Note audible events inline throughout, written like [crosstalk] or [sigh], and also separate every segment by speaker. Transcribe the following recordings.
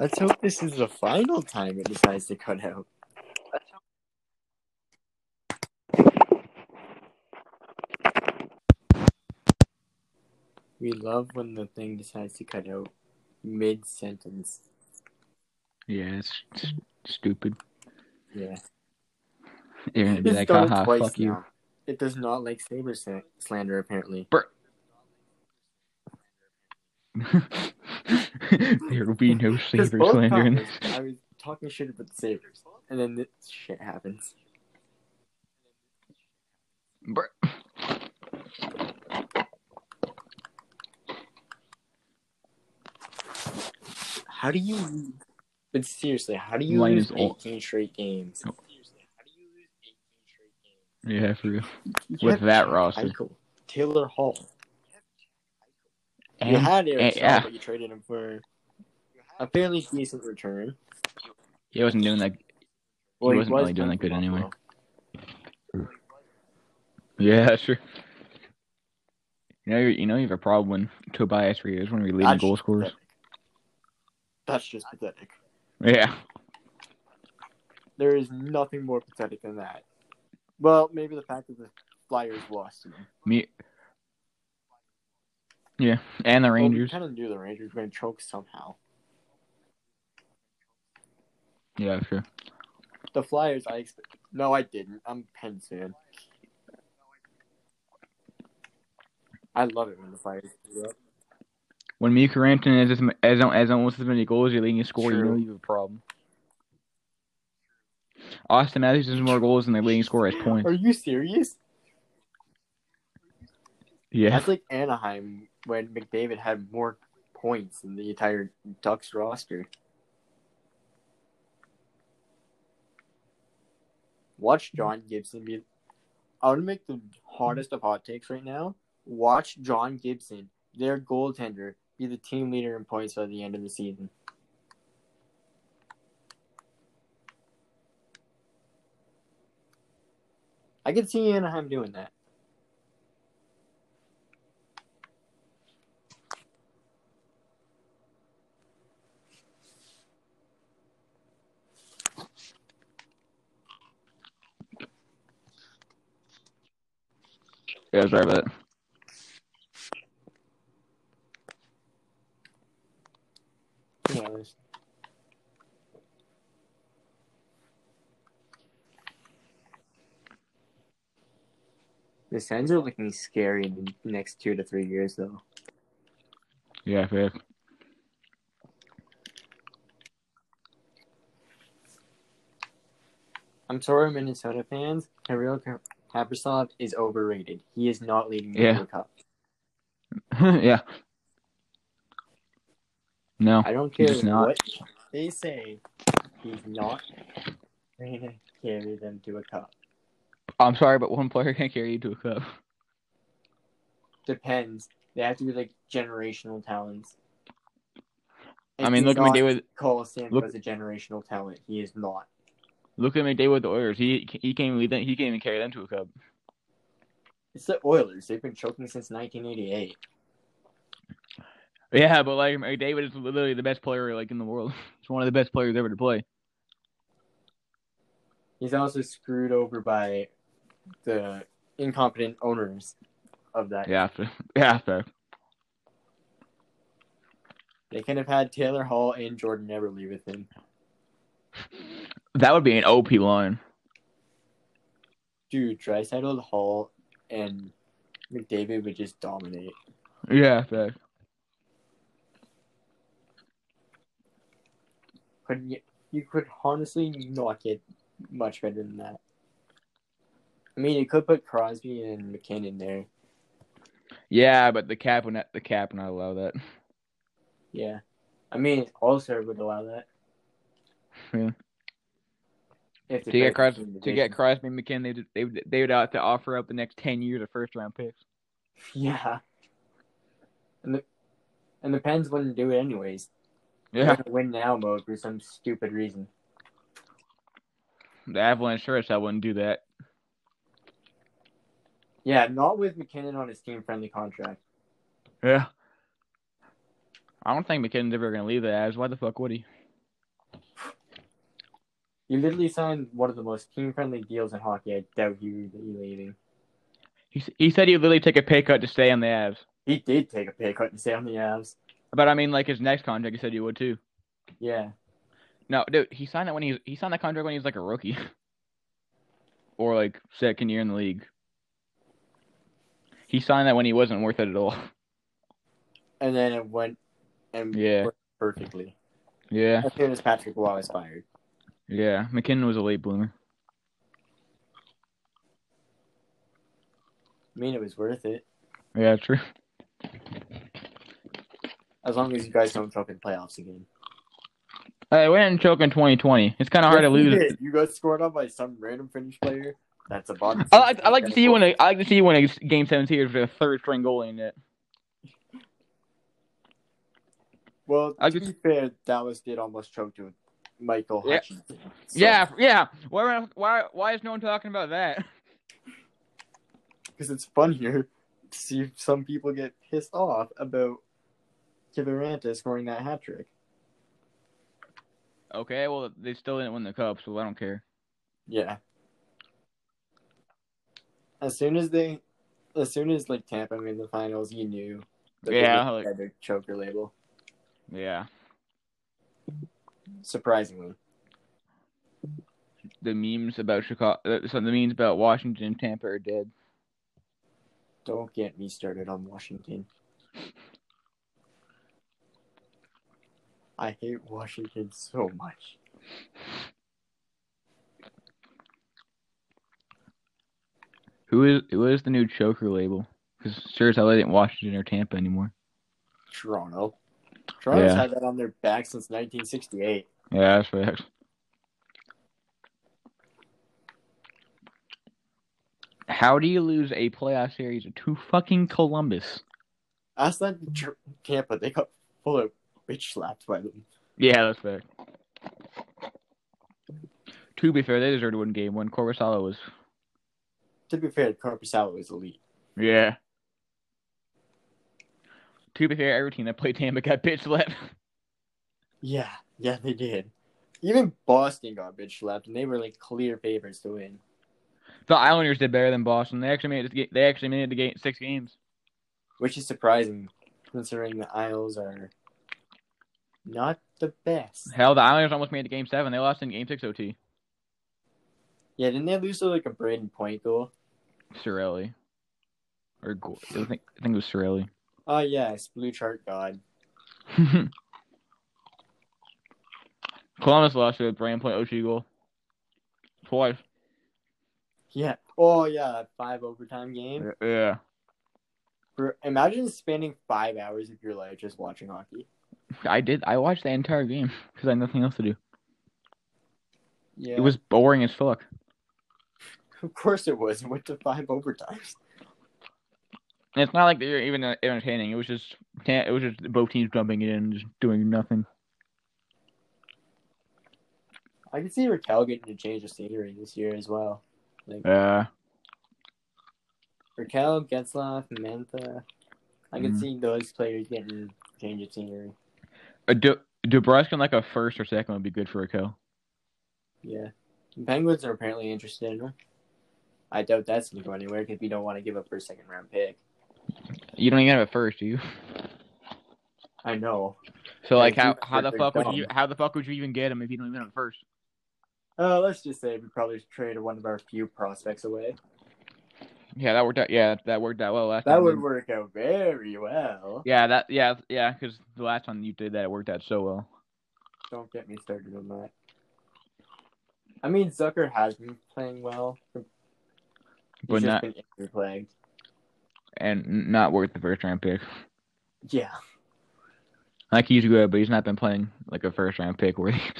Speaker 1: Let's hope this is the final time it decides to cut out. We love when the thing decides to cut out mid sentence.
Speaker 2: Yeah, it's, it's stupid.
Speaker 1: Yeah.
Speaker 2: You're gonna be
Speaker 1: It's
Speaker 2: like,
Speaker 1: done
Speaker 2: haha,
Speaker 1: twice
Speaker 2: fuck you.
Speaker 1: now. It does not like saber sa- slander, apparently.
Speaker 2: [laughs] there will be no
Speaker 1: 'Cause
Speaker 2: saber
Speaker 1: both
Speaker 2: slander in [laughs]
Speaker 1: times
Speaker 2: this.
Speaker 1: I was talking shit about the Sabres, and then this shit happens.
Speaker 2: Bruh.
Speaker 1: How do you. But seriously, how do you
Speaker 2: Mine
Speaker 1: lose
Speaker 2: is all-
Speaker 1: 18 straight games?
Speaker 2: Oh.
Speaker 1: Seriously, how do you lose 18 straight games?
Speaker 2: Yeah, for real.
Speaker 1: You
Speaker 2: With
Speaker 1: have
Speaker 2: that
Speaker 1: Jack
Speaker 2: roster.
Speaker 1: Eichel, Taylor Hall. you
Speaker 2: And,
Speaker 1: had Eric
Speaker 2: and-
Speaker 1: Staal,
Speaker 2: yeah,
Speaker 1: but you traded him for a fairly decent return.
Speaker 2: he wasn't doing that.
Speaker 1: Well,
Speaker 2: wasn't really doing
Speaker 1: playing
Speaker 2: that good
Speaker 1: for Buffalo.
Speaker 2: anyway. [laughs] Yeah, sure. You know, you you know, you have a problem when Tobias Rio is one of your leading
Speaker 1: That's
Speaker 2: goal
Speaker 1: just
Speaker 2: scorers.
Speaker 1: pathetic. That's just pathetic.
Speaker 2: Yeah,
Speaker 1: There is nothing more pathetic than that. Well, maybe the fact that the Flyers lost to them.
Speaker 2: me. Yeah, and the Rangers.
Speaker 1: kind of knew the Rangers were going to choke somehow.
Speaker 2: Yeah, sure.
Speaker 1: The Flyers, I expect. No, I didn't. I'm a Pens fan. I love it when the Flyers. do that.
Speaker 2: When Mika Rantanen has as m- has al- has almost as many goals as your leading scorer, you
Speaker 1: True.
Speaker 2: know you have a problem. Austin Matthews has more goals than the leading scorer has points.
Speaker 1: Are you serious? [laughs]
Speaker 2: Yeah,
Speaker 1: That's like Anaheim when McDavid had more points than the entire Ducks roster. Watch John Gibson be. I would make the hardest of hot takes right now. Watch John Gibson, their goaltender, be the team leader in points by the end of the season. I could see Anaheim doing that.
Speaker 2: yeah, sorry about that.
Speaker 1: Yeah, there's- The Sens are looking scary in the next two to three years, though.
Speaker 2: Yeah, [laughs] fair.
Speaker 1: I'm sorry, Minnesota fans. Kirill Ka- Kaprizov is overrated. He is not leading the
Speaker 2: Yeah.
Speaker 1: World Cup.
Speaker 2: yeah. No.
Speaker 1: I don't
Speaker 2: He's
Speaker 1: care
Speaker 2: just not.
Speaker 1: what they say. He's not going to carry them to a cup.
Speaker 2: I'm sorry, but one player [laughs] can't carry you to a cup.
Speaker 1: Depends. They have to be like generational talents.
Speaker 2: I mean, look at McDavid. with
Speaker 1: Call Stamkos
Speaker 2: look-
Speaker 1: as a generational talent. He is not.
Speaker 2: look at McDavid with the Oilers. He he can't even lead them, he can't even carry them to a cup.
Speaker 1: It's the Oilers. They've been choking since 1988.
Speaker 2: Yeah, but like McDavid is literally the best player like in the world. [laughs] He's one of the best players ever to play.
Speaker 1: He's also screwed over by the incompetent owners of that.
Speaker 2: Yeah, fair. yeah, fair.
Speaker 1: They could have had Taylor Hall and Jordan Everly with him.
Speaker 2: That would be an OP line.
Speaker 1: Dude, Dreisaitl, Hall, and McDavid would just dominate.
Speaker 2: Yeah, fair.
Speaker 1: Couldn't get, you could honestly not get much better than that. I mean, you could put Crosby and McKinnon there.
Speaker 2: Yeah, but the cap would not the cap would not allow that.
Speaker 1: Yeah. I mean, also would allow that.
Speaker 2: Yeah.
Speaker 1: If they
Speaker 2: Hmm. To get
Speaker 1: played the
Speaker 2: Crosby,
Speaker 1: same
Speaker 2: to
Speaker 1: division.
Speaker 2: get Crosby and McKinnon, they they would- they would have to offer up the next ten years of first round picks.
Speaker 1: [laughs] Yeah. And the and the Pens wouldn't do it anyways.
Speaker 2: Yeah,
Speaker 1: They're in win now mode for some stupid reason.
Speaker 2: the Avalanche sure as hell wouldn't do that.
Speaker 1: Yeah, not with McKinnon on his team friendly contract.
Speaker 2: Yeah. I don't think McKinnon's ever gonna leave the Avs. Why the fuck would he?
Speaker 1: You literally signed one of the most team friendly deals in hockey. I doubt you you leaving.
Speaker 2: He, s- he said he'd literally take a pay cut to stay on the Avs.
Speaker 1: He did take a pay cut and stay on the Avs.
Speaker 2: But I mean, like his next contract, he said he would too.
Speaker 1: Yeah.
Speaker 2: No, dude, he signed that when he was, he signed that contract when he was like a rookie, [laughs] or like second year in the league. He signed that when he wasn't worth it at all.
Speaker 1: And then it went and
Speaker 2: Yeah.
Speaker 1: worked perfectly.
Speaker 2: Yeah,
Speaker 1: As soon as Patrick Waugh was fired.
Speaker 2: yeah. McKinnon was a late bloomer.
Speaker 1: I mean it was worth it.
Speaker 2: Yeah, true. [laughs]
Speaker 1: As long as you guys don't choke in playoffs again.
Speaker 2: I Uh, went and choke in 2020. It's kind of hard to
Speaker 1: Yes, you
Speaker 2: lose.
Speaker 1: did. You got scored on by some random Finnish player. That's a bottom.
Speaker 2: I like, I like to see you win. A, I like to see you win a game seven series with a third string goalie in it.
Speaker 1: Well,
Speaker 2: I
Speaker 1: to
Speaker 2: just-
Speaker 1: be fair, Dallas did almost choke to Michael
Speaker 2: Yeah.
Speaker 1: Hutchinson. So-
Speaker 2: Yeah, yeah. Why, why, why is no one talking about that? [laughs]
Speaker 1: because it's funnier to see if some people get pissed off about Kiviranta scoring that hat trick.
Speaker 2: Okay, well they still didn't win the cup, so I don't care.
Speaker 1: Yeah. As soon as they, as soon as like Tampa made the finals, you knew. that they
Speaker 2: Yeah,
Speaker 1: would
Speaker 2: like-
Speaker 1: have their choker label.
Speaker 2: Yeah,
Speaker 1: Surprisingly,
Speaker 2: the memes about Chicago, uh, so the memes about Washington and Tampa are dead.
Speaker 1: don't get me started on Washington. I hate Washington so much.
Speaker 2: Who is who is the new choker label? Because sure as hell they didn't Washington or Tampa anymore.
Speaker 1: Toronto. Toronto's
Speaker 2: Yeah.
Speaker 1: had that on their back since 1968.
Speaker 2: Yeah, that's facts. How do you lose a playoff series to fucking Columbus?
Speaker 1: Ask that to Tr- Tampa. They got full of bitch slapped by them.
Speaker 2: Yeah, that's fair. To be fair, they deserved to win game one. Corvusalo was.
Speaker 1: To be fair, Corpusalo is elite.
Speaker 2: Yeah. To be fair, every team that played Tampa got bitch slapped.
Speaker 1: Yeah, yeah, they did. Even Boston got bitch slapped, and they were like clear favorites to win.
Speaker 2: [laughs] The Islanders did better than Boston. They actually made it. to ga- They actually made it to game six games.
Speaker 1: which is surprising considering the Isles are not the best.
Speaker 2: Hell, the Islanders almost made it to game seven. They lost in game six OT.
Speaker 1: Yeah, didn't they lose to like a Braden Point goal?
Speaker 2: Sorelli, or Go- I think I think it was Sorelli. [laughs]
Speaker 1: Oh yes, blue chart god.
Speaker 2: Columbus lost to a brand point OT goal twice.
Speaker 1: Yeah. Oh yeah, that five overtime game.
Speaker 2: Yeah.
Speaker 1: For, imagine spending five hours of your life just watching hockey.
Speaker 2: I did. I watched the entire game because I had nothing else to do.
Speaker 1: Yeah.
Speaker 2: It was boring as fuck.
Speaker 1: of course it was. It went to five overtimes.
Speaker 2: And it's not like they were even uh, entertaining. It was just ta- it was just both teams jumping in and just doing nothing.
Speaker 1: I could see Raquel getting to change the scenery this year as well.
Speaker 2: Yeah.
Speaker 1: Raquel, Getzlaff, Mantha. I could
Speaker 2: Mhm.
Speaker 1: see those players getting change of scenery.
Speaker 2: A Du- Dubrovskin like a first or second would be good for a kill.
Speaker 1: Yeah. The Penguins are apparently interested in him. I doubt that's going to go anywhere because we don't want to give up our second round pick.
Speaker 2: You don't even have a first, do you? [laughs]
Speaker 1: I know.
Speaker 2: So like
Speaker 1: Yeah,
Speaker 2: how
Speaker 1: dude,
Speaker 2: how the
Speaker 1: they're
Speaker 2: fuck would
Speaker 1: dumb.
Speaker 2: you how the fuck would you even get him if you don't even have a first?
Speaker 1: Uh, let's just say we probably traded one of our few prospects away.
Speaker 2: Yeah, that worked out. Yeah, that worked out well last
Speaker 1: That
Speaker 2: time.
Speaker 1: would
Speaker 2: didn't it?
Speaker 1: work out very well.
Speaker 2: Yeah, that yeah yeah because the last time you did that, it worked out so well.
Speaker 1: Don't get me started on that. I mean, Zucker has been playing well. He's
Speaker 2: But
Speaker 1: just
Speaker 2: not-
Speaker 1: been injury plagued.
Speaker 2: and n- not worth the first round pick.
Speaker 1: Yeah.
Speaker 2: Like he's good, but he's not been playing like a first round pick worthy. [laughs]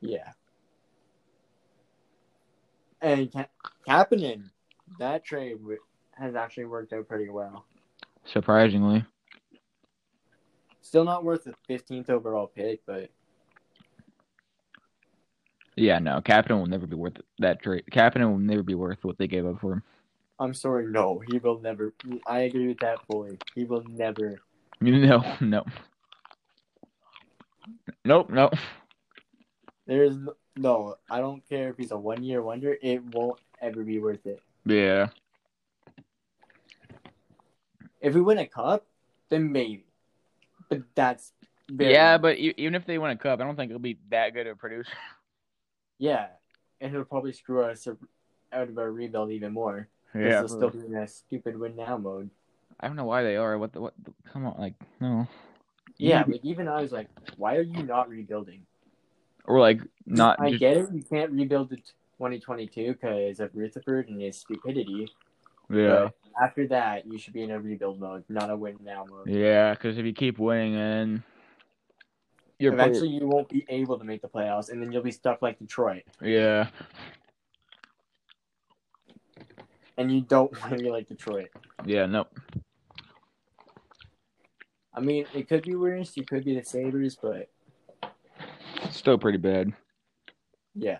Speaker 1: Yeah. And Ka- Kapanen, that trade w- has actually worked out pretty well.
Speaker 2: Surprisingly,
Speaker 1: Still not worth the 15th overall pick, but
Speaker 2: yeah, no, Captain will never be worth that trade. Captain will never be worth what they gave up for him. [laughs]
Speaker 1: I'm sorry, no, he will never. I agree with that boy. He will never.
Speaker 2: No, no, nope, nope.
Speaker 1: There's n- no, I don't care if he's a one year wonder. It won't ever be worth it.
Speaker 2: Yeah.
Speaker 1: If we win a cup, then maybe. But that's very-
Speaker 2: Yeah, but e- even if they win a cup, I don't think it'll be that good of a producer.
Speaker 1: yeah, and he'll probably screw us out of our rebuild even more. 'cause they'll still be in that stupid win now mode.
Speaker 2: I don't know why they are. What the what? The, come on, like no.
Speaker 1: Yeah,
Speaker 2: You-
Speaker 1: like even I was like, why are you not rebuilding?
Speaker 2: or like not.
Speaker 1: I
Speaker 2: just-
Speaker 1: get it. You can't rebuild the 2022 because of Rutherford and his stupidity.
Speaker 2: Yeah,
Speaker 1: But after that, you should be in a rebuild mode, not a win now mode.
Speaker 2: yeah. Because if you keep winning, then you're player-
Speaker 1: Eventually, you won't be able to make the playoffs, and then you'll be stuck like Detroit,
Speaker 2: yeah.
Speaker 1: and you don't [laughs] want to be like Detroit.
Speaker 2: Yeah, no.
Speaker 1: I mean, it could be worse. You could be the Sabers, but
Speaker 2: Still pretty bad.
Speaker 1: yeah,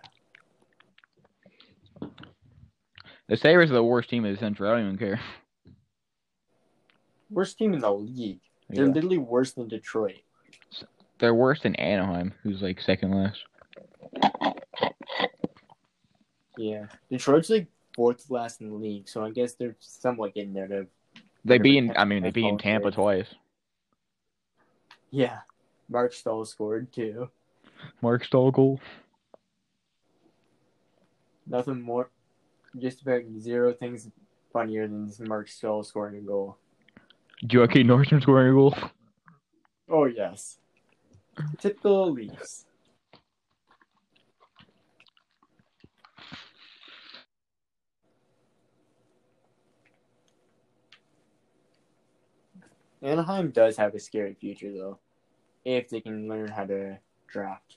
Speaker 2: The Sabres are the worst team in the Central. I don't even care.
Speaker 1: worst team in the league. They're
Speaker 2: Yeah.
Speaker 1: literally worse than Detroit.
Speaker 2: They're worse than Anaheim, who's like second last.
Speaker 1: Yeah, Detroit's like fourth last in the league, so I guess they're somewhat getting there. To
Speaker 2: They
Speaker 1: They're
Speaker 2: beat. in-
Speaker 1: pretend-
Speaker 2: I mean, they
Speaker 1: that's
Speaker 2: beat in
Speaker 1: all it
Speaker 2: Tampa
Speaker 1: is.
Speaker 2: twice.
Speaker 1: yeah, Mark Stahl scored too.
Speaker 2: Mark Stogel.
Speaker 1: Nothing more, just about zero things funnier than Mark Stahl scoring a goal.
Speaker 2: Joaquin Nordstrom scoring a goal.
Speaker 1: Oh yes, typical Leafs. Anaheim does have a scary future though, if they can learn how to draft.